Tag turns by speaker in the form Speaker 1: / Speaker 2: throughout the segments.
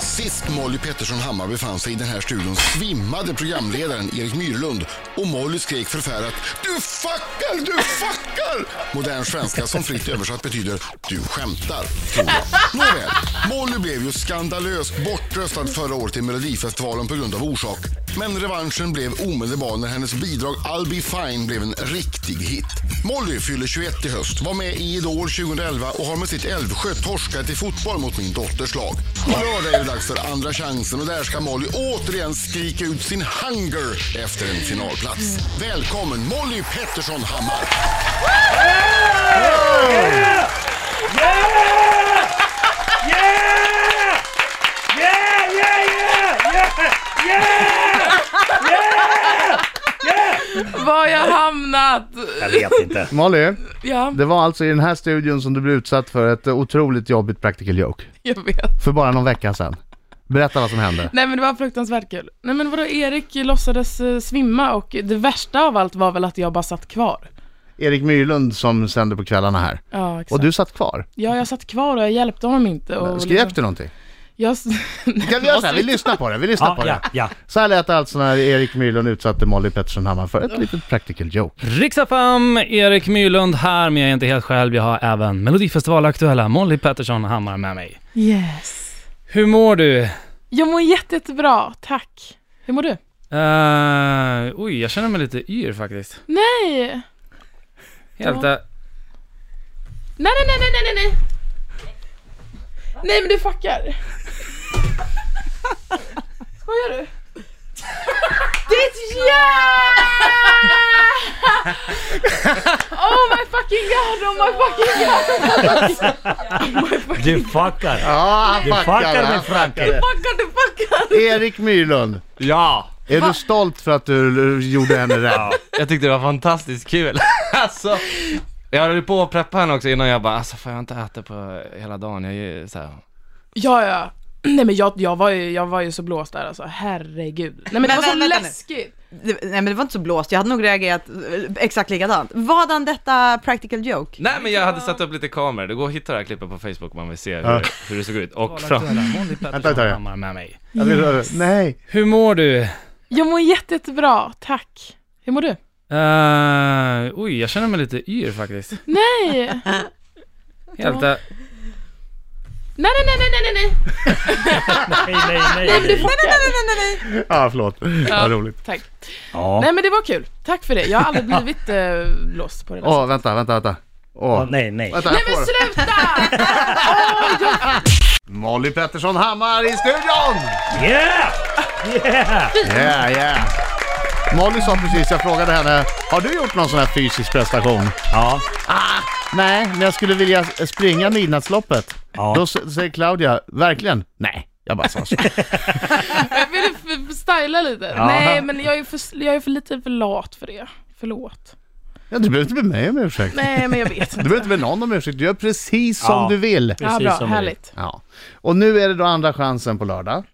Speaker 1: Sist Molly Pettersson Hammar befann sig i den här studion svimmade programledaren Erik Myrlund och Molly skrek förfärat Du fuckar, du fuckar! Modern svenska som fritt översatt betyder du skämtar, tror jag. Nåväl, Molly blev ju skandalöst bortröstad förra året i Melodifestivalen på grund av orsak. Men revanschen blev omedelbar när hennes bidrag I'll be fine blev en riktig hit. Molly fyller 21 i höst, var med i Idol 2011 och har med sitt Älvsjö torskat i fotboll mot min dotters lag. På lördag är det dags för andra chansen och där ska Molly återigen skrika ut sin hunger efter en finalplats. Välkommen Molly Pettersson Hammar!
Speaker 2: Var har jag hamnat?
Speaker 3: Jag vet inte.
Speaker 4: Molly,
Speaker 2: Ja,
Speaker 4: det var alltså i den här studion som du blev utsatt för ett otroligt jobbigt practical joke.
Speaker 2: jag vet.
Speaker 4: För bara någon vecka sedan. Berätta vad som hände.
Speaker 2: Nej men det var fruktansvärt kul. Nej men vadå, Erik låtsades eh, svimma och det värsta av allt var väl att jag bara satt kvar.
Speaker 4: Erik Myrlund som sänder på kvällarna här.
Speaker 2: Ja, exakt.
Speaker 4: Och du satt kvar.
Speaker 2: Ja, jag satt kvar och jag hjälpte honom inte. Och liksom-
Speaker 4: Skrek du någonting?
Speaker 2: Jag... Nej,
Speaker 4: Kan vi göra så här? Vi lyssnar på det. Vi lyssnar
Speaker 3: Ja,
Speaker 4: på
Speaker 3: ja,
Speaker 4: det.
Speaker 3: ja.
Speaker 4: Så här lät det alltså när Erik Myrlund utsatte Molly Pettersson Hammar för ett litet practical joke.
Speaker 3: Riksfem, Erik Myrlund här, men jag är inte helt själv. Jag har även Melodifestivalaktuella Molly Pettersson Hammar med mig.
Speaker 2: Yes.
Speaker 3: Hur mår du?
Speaker 2: Jag mår jätte, jättebra, tack. Hur mår du?
Speaker 3: Eh, oj, jag känner mig lite yr faktiskt.
Speaker 2: Nej!
Speaker 3: Helt... eh,
Speaker 2: Nej, nej, nej, nej, nej, nej, nej. Nej, men du fuckar. Skojar du? Ditt yeah! Oh my fucking god, oh my fucking god!
Speaker 5: Du fuckar.
Speaker 4: Ja, han
Speaker 5: Du fuckar med Frankrike.
Speaker 2: Fuckar du fuckar!
Speaker 4: Erik Myrlund,
Speaker 5: Ja.
Speaker 4: är du stolt för att du gjorde henne rätt?
Speaker 6: Jag tyckte det var fantastiskt kul. alltså, jag höll på att preppa henne också innan jag bara, alltså får jag inte äta på hela dagen? Jag är ju så här.
Speaker 2: Ja, ja. Nej men jag, jag, var ju, jag var ju så blåst där alltså, herregud. Nej men det
Speaker 7: Men
Speaker 2: var så
Speaker 7: vänta nu.
Speaker 2: läskigt.
Speaker 7: Det, nej men det var inte så blåst, jag hade nog reagerat eh, exakt likadant. Vadan detta practical joke?
Speaker 6: Nej men jag hade satt upp lite kameror, det går att hitta det här klippet på Facebook om man vill se hur, hur det såg ut. Och fram...
Speaker 3: Valaktuella Molly
Speaker 4: vänta,
Speaker 3: Pettersson
Speaker 4: ja.
Speaker 3: Hammar med mig.
Speaker 4: Jag vill höra- Nej.
Speaker 3: Hur mår du?
Speaker 2: Jag mår jätte, jättebra, tack. Hur mår du?
Speaker 3: Eh, oj, jag känner mig lite yr faktiskt.
Speaker 2: Nej!
Speaker 3: Helt... eh,
Speaker 2: Nej, nej, nej, nej, nej, nej!
Speaker 5: Nej, nej, nej. nej.
Speaker 7: Nej, nej, nej, nej, nej, nej.
Speaker 4: Ja, förlåt. Vad roligt.
Speaker 2: Tack.
Speaker 5: Ja.
Speaker 2: Nej men det var kul, tack för det. Jag har aldrig blivit eh, blåst på det där
Speaker 4: Åh, vänta, vänta, vänta. Åh,
Speaker 5: Ja, Nej, nej.
Speaker 4: vänta,
Speaker 2: Nej
Speaker 4: jag
Speaker 2: men
Speaker 4: får det.
Speaker 2: sluta!
Speaker 4: Molly Pettersson Hammar i studion!
Speaker 5: Yeah! Yeah!
Speaker 4: Yeah, yeah. Molly sa precis, jag frågade henne, har du gjort någon sån här fysisk prestation?
Speaker 5: Ja.
Speaker 4: Nej, men jag skulle vilja springa midnattsloppet.
Speaker 5: Ja.
Speaker 4: Då s- säger Claudia, verkligen? Nej, jag bara sa så.
Speaker 2: Jag ville f- f- styla lite.
Speaker 5: Ja.
Speaker 2: Nej men jag är, för, jag är för lite för lat för det. Förlåt.
Speaker 4: Ja, du behöver inte be mig om ursäkt.
Speaker 2: Nej men jag vet
Speaker 4: Du
Speaker 2: inte.
Speaker 4: behöver inte be någon om ursäkt, du gör precis som
Speaker 5: Ja.
Speaker 4: du vill.
Speaker 2: Ja
Speaker 5: Precis
Speaker 2: bra,
Speaker 5: som vi-
Speaker 2: härligt.
Speaker 4: Ja. Och nu är det då andra chansen på lördag.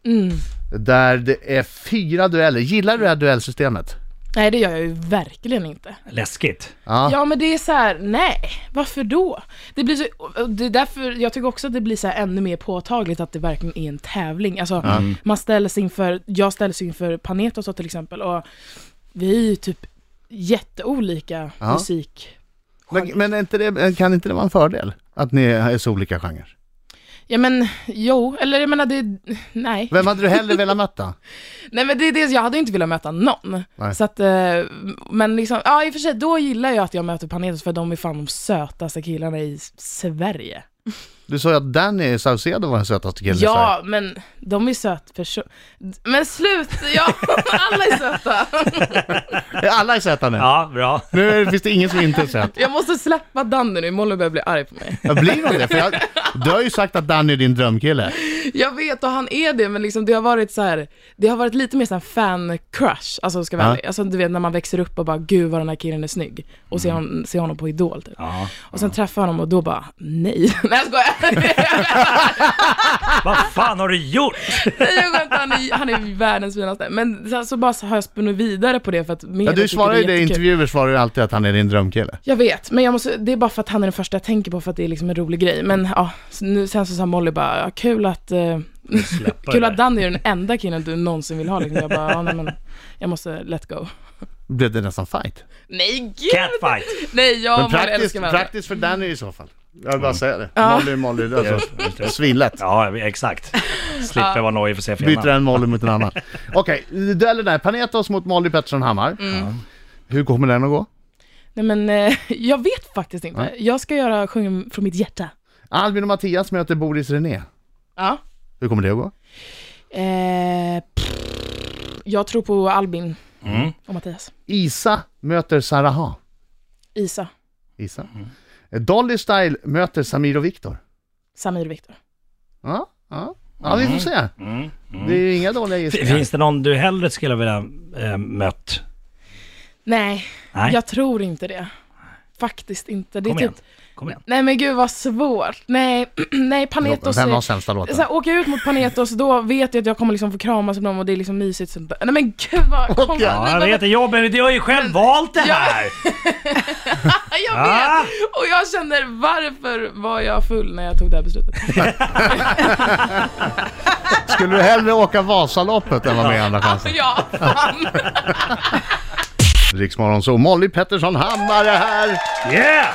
Speaker 4: Där det är fyra dueller. Gillar du det här duellsystemet?
Speaker 2: Nej det gör jag ju verkligen inte.
Speaker 5: Läskigt.
Speaker 4: Ja.
Speaker 2: Ja men det är så här, nej, varför då? Det blir så, och det är därför jag tycker också att det blir så här ännu mer påtagligt att det verkligen är en tävling. Alltså man ställs inför, jag ställs inför Panetos då till exempel och vi är ju typ jätteolika
Speaker 4: Ja.
Speaker 2: musik.
Speaker 4: Men, men är inte det, kan inte det vara en fördel? Att ni är så olika genrer?
Speaker 2: Ja men jo, eller jag menar det, nej.
Speaker 4: Vem hade du hellre velat möta?
Speaker 2: Nej men det är det, jag hade inte velat möta någon.
Speaker 4: Nej.
Speaker 2: Så att, eh, men liksom, ja i och för sig, då gillar jag att jag möter Panetos för de är fan de sötaste killarna i S- Sverige.
Speaker 4: Du sa ju att Danny Saucedo var den sötaste killen i Sverige.
Speaker 2: Ja, men de är söt person. Men slut! Ja, alla är söta.
Speaker 4: Alla är söta nu.
Speaker 5: Ja, bra.
Speaker 4: Nu är det- finns det ingen som inte är söt.
Speaker 2: Jag måste släppa Danny nu, Molly börjar bli arg på mig.
Speaker 4: Ja, Blir de det? För jag, du har ju sagt att Danny är din drömkille.
Speaker 2: Jag vet och han är det, men liksom det har varit så här, det har varit lite mer sån fan-crush, alltså ska jag vara
Speaker 4: Ja.
Speaker 2: ärlig. Alltså du vet när man växer upp och bara gud vad den här killen är snygg och ser,
Speaker 4: Mm.
Speaker 2: hon, ser honom på Idol typ.
Speaker 5: Ja.
Speaker 2: Och sen träffar jag honom och då bara nej, nej jag skojar.
Speaker 5: Vad fan har du gjort?
Speaker 2: Nej, jag skämtar, han är, han är världens finaste. Men sen så bara så har jag spunnit vidare på det för att media
Speaker 4: Ja, du
Speaker 2: tycker
Speaker 4: svarar ju
Speaker 2: är
Speaker 4: det i
Speaker 2: jättekul.
Speaker 4: intervjuer svarar du alltid att han är din drömkille.
Speaker 2: Jag vet, men jag måste, det är bara för att han är den första jag tänker på för att det är liksom en rolig grej. Men ja, så nu, sen så sa Molly bara, ja, kul att eh,
Speaker 5: Nu släpper
Speaker 2: Kul
Speaker 5: det.
Speaker 2: att Danny är den enda killen du någonsin vill ha. Liksom. Jag bara, ja, nej, men jag måste let go.
Speaker 4: Blev det nästan fight?
Speaker 2: Nej, gud!
Speaker 5: Catfight!
Speaker 2: Nej, jag
Speaker 4: Men
Speaker 2: och Molly
Speaker 4: praktiskt,
Speaker 2: älskar varandra.
Speaker 4: praktiskt för Danny i så fall. Jag vill bara säga det.
Speaker 2: Ja.
Speaker 4: Molly, Molly, alltså, svinlätt.
Speaker 5: Ja, exakt. Slipper vara nojig för se
Speaker 4: Byter
Speaker 5: fjärna.
Speaker 4: en Molly mot en annan. Okej, duellen där. Panetos mot Molly Pettersson Hammar. Hur kommer den att gå?
Speaker 2: Nej, men eh, jag vet faktiskt inte. Jag ska göra Sjung från mitt hjärta.
Speaker 4: Albin och Mattias möter Boris René.
Speaker 2: Ja.
Speaker 4: Hur kommer det att gå?
Speaker 2: Eh, pff, jag tror på Albin
Speaker 5: Mm.
Speaker 2: och Mattias.
Speaker 4: Isa möter Saraha.
Speaker 2: Isa,
Speaker 4: Isa.
Speaker 5: Mm.
Speaker 4: Eh, Dolly Style möter Samir och Viktor.
Speaker 2: Samir och Viktor.
Speaker 4: Ja, ja. ja vi får se.
Speaker 5: Mm.
Speaker 4: Det är ju inga dåliga gissningar.
Speaker 5: Finns det någon du hellre skulle vilja eh, mött?
Speaker 2: Nej,
Speaker 5: Nej,
Speaker 2: jag tror inte det. Faktiskt inte. Det är
Speaker 5: kom igen.
Speaker 2: typ...
Speaker 5: Kom igen.
Speaker 2: Nej men gud vad svårt. Nej, nej Panetos...
Speaker 4: Vem har sämsta låten?
Speaker 2: Så här, åker jag ut mot Panetos, då vet jag att jag kommer liksom få kramas av dem och det är liksom mysigt. Sånt där. Nej men gud vad... Kom,
Speaker 4: Okej.
Speaker 5: Ja, jag vet, det är jobbigt. Jag har ju själv valt det här!
Speaker 2: Jag vet!
Speaker 5: Ah!
Speaker 2: Och jag känner, varför var jag full när jag tog det här beslutet?
Speaker 4: Skulle du hellre åka Vasaloppet än vara med i Andra
Speaker 5: Alltså.
Speaker 4: chansen?
Speaker 2: ja, fan!
Speaker 4: Riksmorgon så Molly Pettersson Hammar är här!
Speaker 5: Yeah!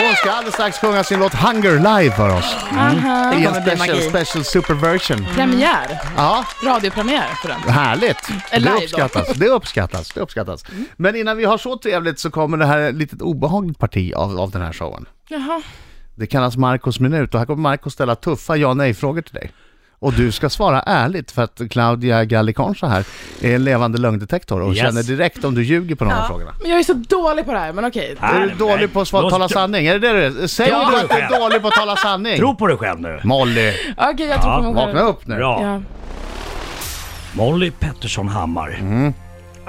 Speaker 4: Hon ska alldeles strax sjunga sin låt Hunger live för oss.
Speaker 2: Aha.
Speaker 4: I en
Speaker 7: kommer bli
Speaker 4: special,
Speaker 7: magi.
Speaker 4: special superversion.
Speaker 2: Premiär.
Speaker 4: Ja,
Speaker 2: Radiopremiär för den.
Speaker 4: härligt!
Speaker 2: Live
Speaker 4: Det
Speaker 2: då. Mm.
Speaker 4: uppskattas, det uppskattas, det uppskattas. Men innan vi har så trevligt så kommer det här ett litet obehagligt parti av, av den här showen.
Speaker 2: Jaha.
Speaker 4: Det kallas Marcos minut och här kommer Marco ställa tuffa ja nej-frågor till dig. Och du ska svara ärligt för att Claudia Gallicansa här är en levande lögndetektor och
Speaker 5: Yes.
Speaker 4: känner direkt om du ljuger på någon av frågorna.
Speaker 2: Men jag är så dålig på det här, men okej.
Speaker 4: Är du dålig på att sva-
Speaker 5: Låt-
Speaker 4: tala sanning? Är det det du är? Säg
Speaker 5: Ja.
Speaker 4: du att du är dålig på att tala sanning!
Speaker 5: Tro på dig själv nu.
Speaker 4: Molly,
Speaker 2: Okej, jag tror
Speaker 5: Ah. Ja,
Speaker 2: på mig själv.
Speaker 4: vakna upp nu!
Speaker 5: Bra.
Speaker 2: Ja.
Speaker 5: Molly Pettersson Hammar.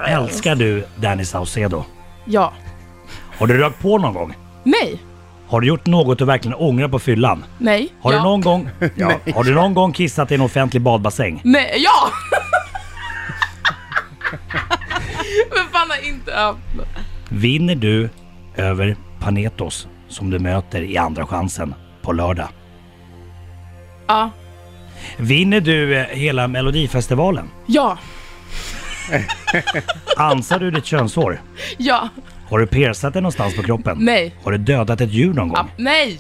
Speaker 5: Älskar du Danny Saucedo?
Speaker 2: ja.
Speaker 5: Har du rökt på någon gång?
Speaker 2: Nej.
Speaker 5: Har du gjort något du verkligen ångrar på fyllan?
Speaker 2: Nej.
Speaker 5: Har,
Speaker 2: ja.
Speaker 5: du, någon gång, ja. har du någon gång kissat i en offentlig badbassäng?
Speaker 2: Nej, ja! men fan har inte... Ja.
Speaker 5: Vinner du över Panetos som du möter i Andra chansen på lördag?
Speaker 2: ja.
Speaker 5: Vinner du eh, hela Melodifestivalen?
Speaker 2: Ja.
Speaker 5: Ansar du ditt könshår?
Speaker 2: Ja.
Speaker 5: Har du piercat det någonstans på kroppen?
Speaker 2: Nej.
Speaker 5: Har du dödat ett djur någon gång?
Speaker 2: ja. Nej.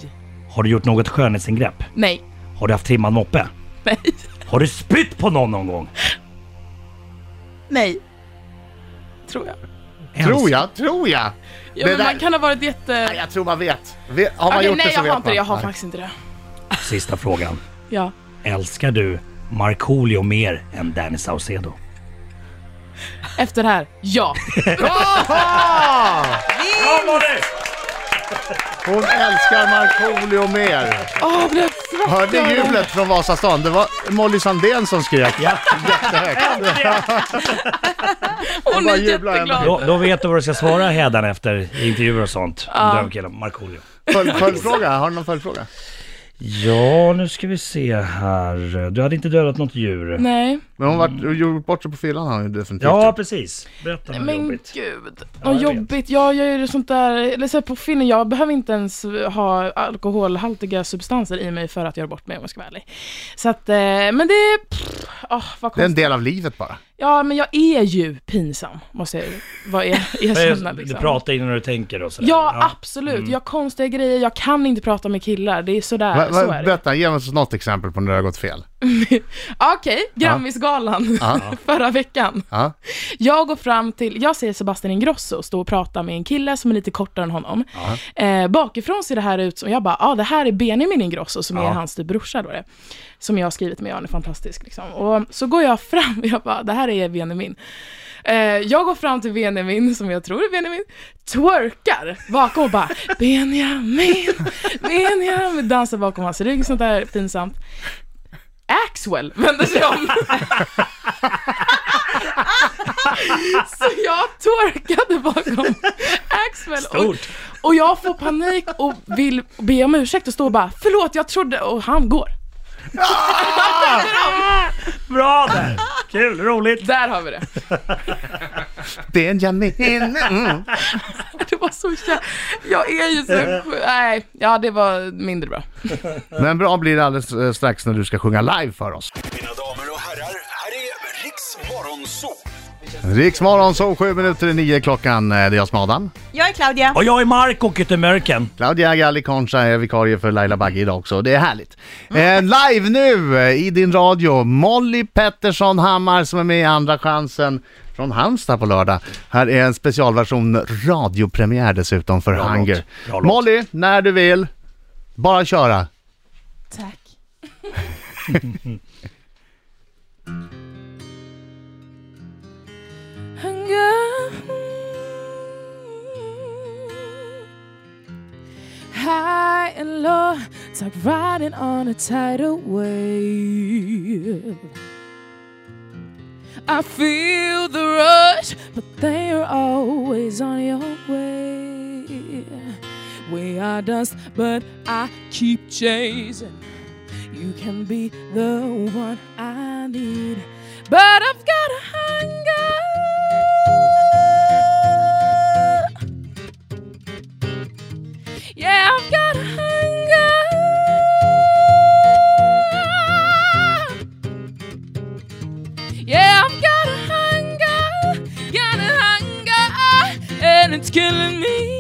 Speaker 5: Har du gjort något skönhetsingrepp?
Speaker 2: Nej.
Speaker 5: Har du haft trimmad moppe?
Speaker 2: Nej.
Speaker 5: Har du spytt på någon någon gång?
Speaker 2: Nej. Tror jag.
Speaker 4: Tror jag, tror jag!
Speaker 2: Ja,
Speaker 4: Det
Speaker 2: men
Speaker 4: där-
Speaker 2: man kan ha varit jätte...
Speaker 4: Nej, Jag tror man vet. Vet- Har man
Speaker 2: Okej,
Speaker 4: gjort
Speaker 2: nej,
Speaker 4: det så
Speaker 2: jag
Speaker 4: vet
Speaker 2: har
Speaker 4: man.
Speaker 2: inte det. Jag har
Speaker 4: Nej.
Speaker 2: faktiskt inte det.
Speaker 5: Sista frågan.
Speaker 2: Ja.
Speaker 5: Älskar du Markoolio mer än Danny Saucedo?
Speaker 2: Efter det här, ja.
Speaker 5: Ah!
Speaker 4: Hon älskar Markoolio mer.
Speaker 2: Åh, oh, blev svart.
Speaker 4: Hörde ni jublet från Vasastan? Det var Molly Sandén som skrek.
Speaker 5: Ja.
Speaker 2: Hon är
Speaker 4: bara jublar
Speaker 5: Då,
Speaker 2: jätteglad.
Speaker 5: då vet du vad du ska svara hädanefter i intervjuer och sånt. Om du är killen, Markoolio.
Speaker 4: Följ, följdfråga, har du någon följdfråga?
Speaker 5: Ja, nu ska vi se här. Du hade inte dödat något djur.
Speaker 2: Nej.
Speaker 4: Men hon var gjort bort sig på fyllan har hon ju definitivt.
Speaker 5: Ja,
Speaker 4: Ja.
Speaker 5: precis. Berätta något
Speaker 2: Men
Speaker 5: jobbigt.
Speaker 2: gud,
Speaker 5: Ja, jag
Speaker 2: vad
Speaker 5: vet.
Speaker 2: jobbigt. Jag gör ju sånt där, eller så här, på filmen, jag behöver inte ens ha alkoholhaltiga substanser i mig för att göra bort mig om jag ska vara ärlig. Så att, eh, men det, pff, åh, vad
Speaker 4: Det är en
Speaker 2: konstigt.
Speaker 4: del av livet bara.
Speaker 2: Ja, men jag är ju pinsam, måste jag ju vad er- erkänna.
Speaker 5: Eh, Du
Speaker 2: Liksom.
Speaker 5: pratar innan du tänker och sådär.
Speaker 2: Ja, absolut. Jag har konstiga grejer, jag kan inte prata med killar. Det är sådär,
Speaker 4: Mm. Va,
Speaker 2: så
Speaker 4: va,
Speaker 2: är det.
Speaker 4: berätta, ge oss något exempel på när det har gått fel.
Speaker 2: Okej, Grammisgalan förra veckan.
Speaker 4: Ja.
Speaker 2: Jag går fram till, jag ser Sebastian Ingrosso stå och prata med en kille som är lite kortare än honom. Eh, bakifrån ser det här ut som, jag bara, ja ah, det här är Benjamin Ingrosso som är hans typ brorsa då det. Som jag har skrivit med, han är fantastisk liksom. Och så går jag fram, jag bara, det här är Benjamin. Eh, jag går fram till Benjamin, som jag tror är Benjamin, twerkar bakom och bara Benjamin, Benjamin, dansar bakom hans rygg, sånt där pinsamt. Axwell vänder sig om. Så jag twerkade bakom Axwell.
Speaker 5: Stort.
Speaker 2: Och, och jag får panik och vill be om ursäkt och står och bara förlåt jag trodde och han går.
Speaker 5: Bra där! Kul, roligt!
Speaker 2: Där har vi det.
Speaker 4: Benjamin! Mm.
Speaker 2: Det var så jä... Jag är ju så... Nej, ja det var mindre bra.
Speaker 4: Men bra blir det alldeles eh, strax när du ska sjunga live för oss.
Speaker 8: Mina damer och herrar, här är Riks Morgonzoo!
Speaker 4: Riksmorgon så sju minuter i nio klockan. Eh, Det är jag som är Adam.
Speaker 7: Jag är Claudia.
Speaker 5: Och jag är Marco Kyttemörken.
Speaker 4: Claudia Galli Concha är vikarie för Laila Bagge idag också. Det är härligt. Eh, live nu eh, i din radio. Molly Pettersson Hammar som är med i Andra chansen från Halmstad på lördag. Här är en specialversion radiopremiär dessutom för
Speaker 5: Bra
Speaker 4: Hunger.
Speaker 5: låt. Bra låt.
Speaker 4: Molly, när du vill. Bara köra.
Speaker 2: Tack. Hunger High and low It's like riding on a tidal wave I feel the rush But they are always on your way We are dust but I keep chasing you can be the one I need. But I've got a hunger. Yeah, I've got a hunger. Yeah, I've got a hunger. Got a hunger. And it's killing me.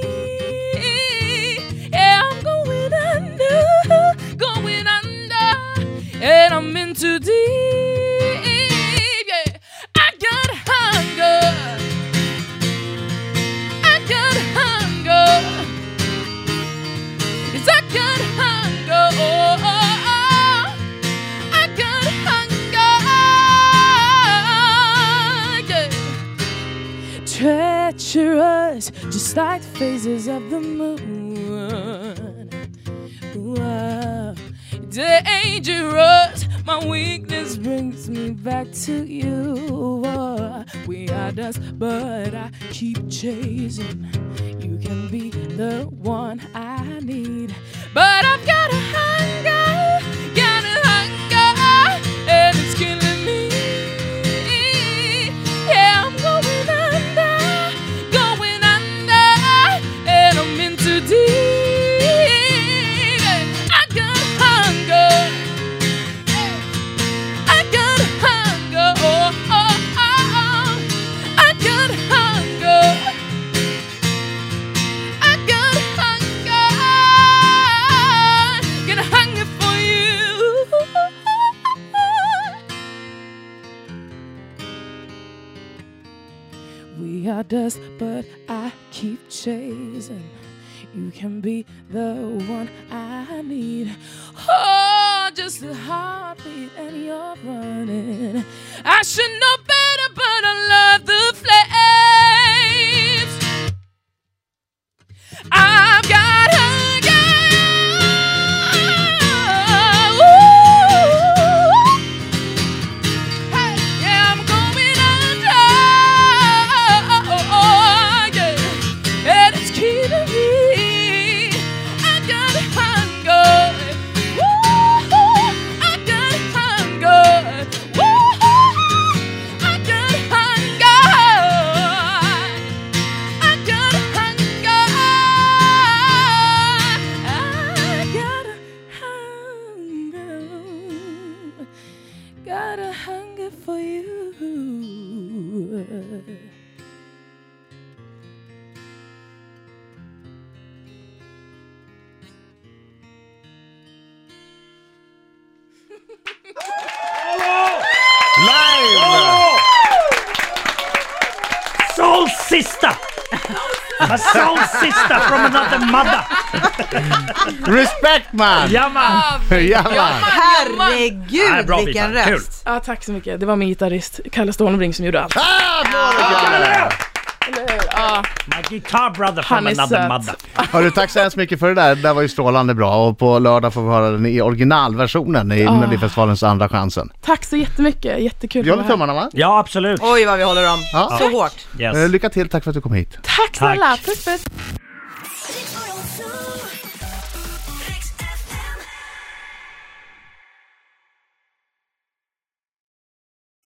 Speaker 2: Yeah, I'm going under. Going under. And I'm in too deep. Yeah, I got a hunger. I got a hunger. Yes, I got a hunger. Oh, oh, oh. I got a hunger. Yeah. Treacherous, just like the phases of the moon. Wow. Dangerous, my weakness brings me back to you. Oh, We are dust, but I keep chasing. You can be the one I need, but I've got a hunger, got a hunger, and it's killing me. Yeah, I'm going under, going under, and I'm in too deep. I got hunger. I got hunger. Oh, oh, oh. I got hunger. I got hunger. Got a hunger for you. We are dust, but I keep chasing. You can be the one I need. Oh, just a heartbeat and you're running. I should know better, but I love the flames. I've got hunger. Ooh. Hey, yeah, I'm going under. Oh, oh, oh, yeah. And it's killing me. I got hunger. Woo-hoo. I got hunger. Woo-hoo. I got hunger. I got hunger. I got hunger. Got a hunger for you.
Speaker 4: Live!
Speaker 5: Soul sista! A soul sista from another mother!
Speaker 4: Respect man!
Speaker 5: Ja, man.
Speaker 4: Ja, man.
Speaker 5: Ja,
Speaker 7: Herregud,
Speaker 5: bra,
Speaker 7: vilken
Speaker 5: Britta. Kul.
Speaker 7: röst.
Speaker 2: Ja, tack så mycket. Det var min gitarrist Kalle Stålbring som gjorde allt.
Speaker 4: Ah,
Speaker 5: My guitar brother from
Speaker 2: Han är
Speaker 5: another
Speaker 2: söt.
Speaker 5: mother.
Speaker 4: Hörru, tack så hemskt mycket för det där. Det där var ju strålande bra och på lördag får vi höra den i originalversionen
Speaker 5: Ah.
Speaker 4: i Melodifestivalens Andra chansen.
Speaker 2: Tack så jättemycket. Jättekul
Speaker 4: Vi håller tummarna va?
Speaker 5: Ja, absolut.
Speaker 7: Oj vad vi håller om.
Speaker 4: Ja.
Speaker 7: Så hårt.
Speaker 5: Yes.
Speaker 4: Eh, Lycka till, tack för att du kom hit.
Speaker 2: Tack snälla. Puss puss.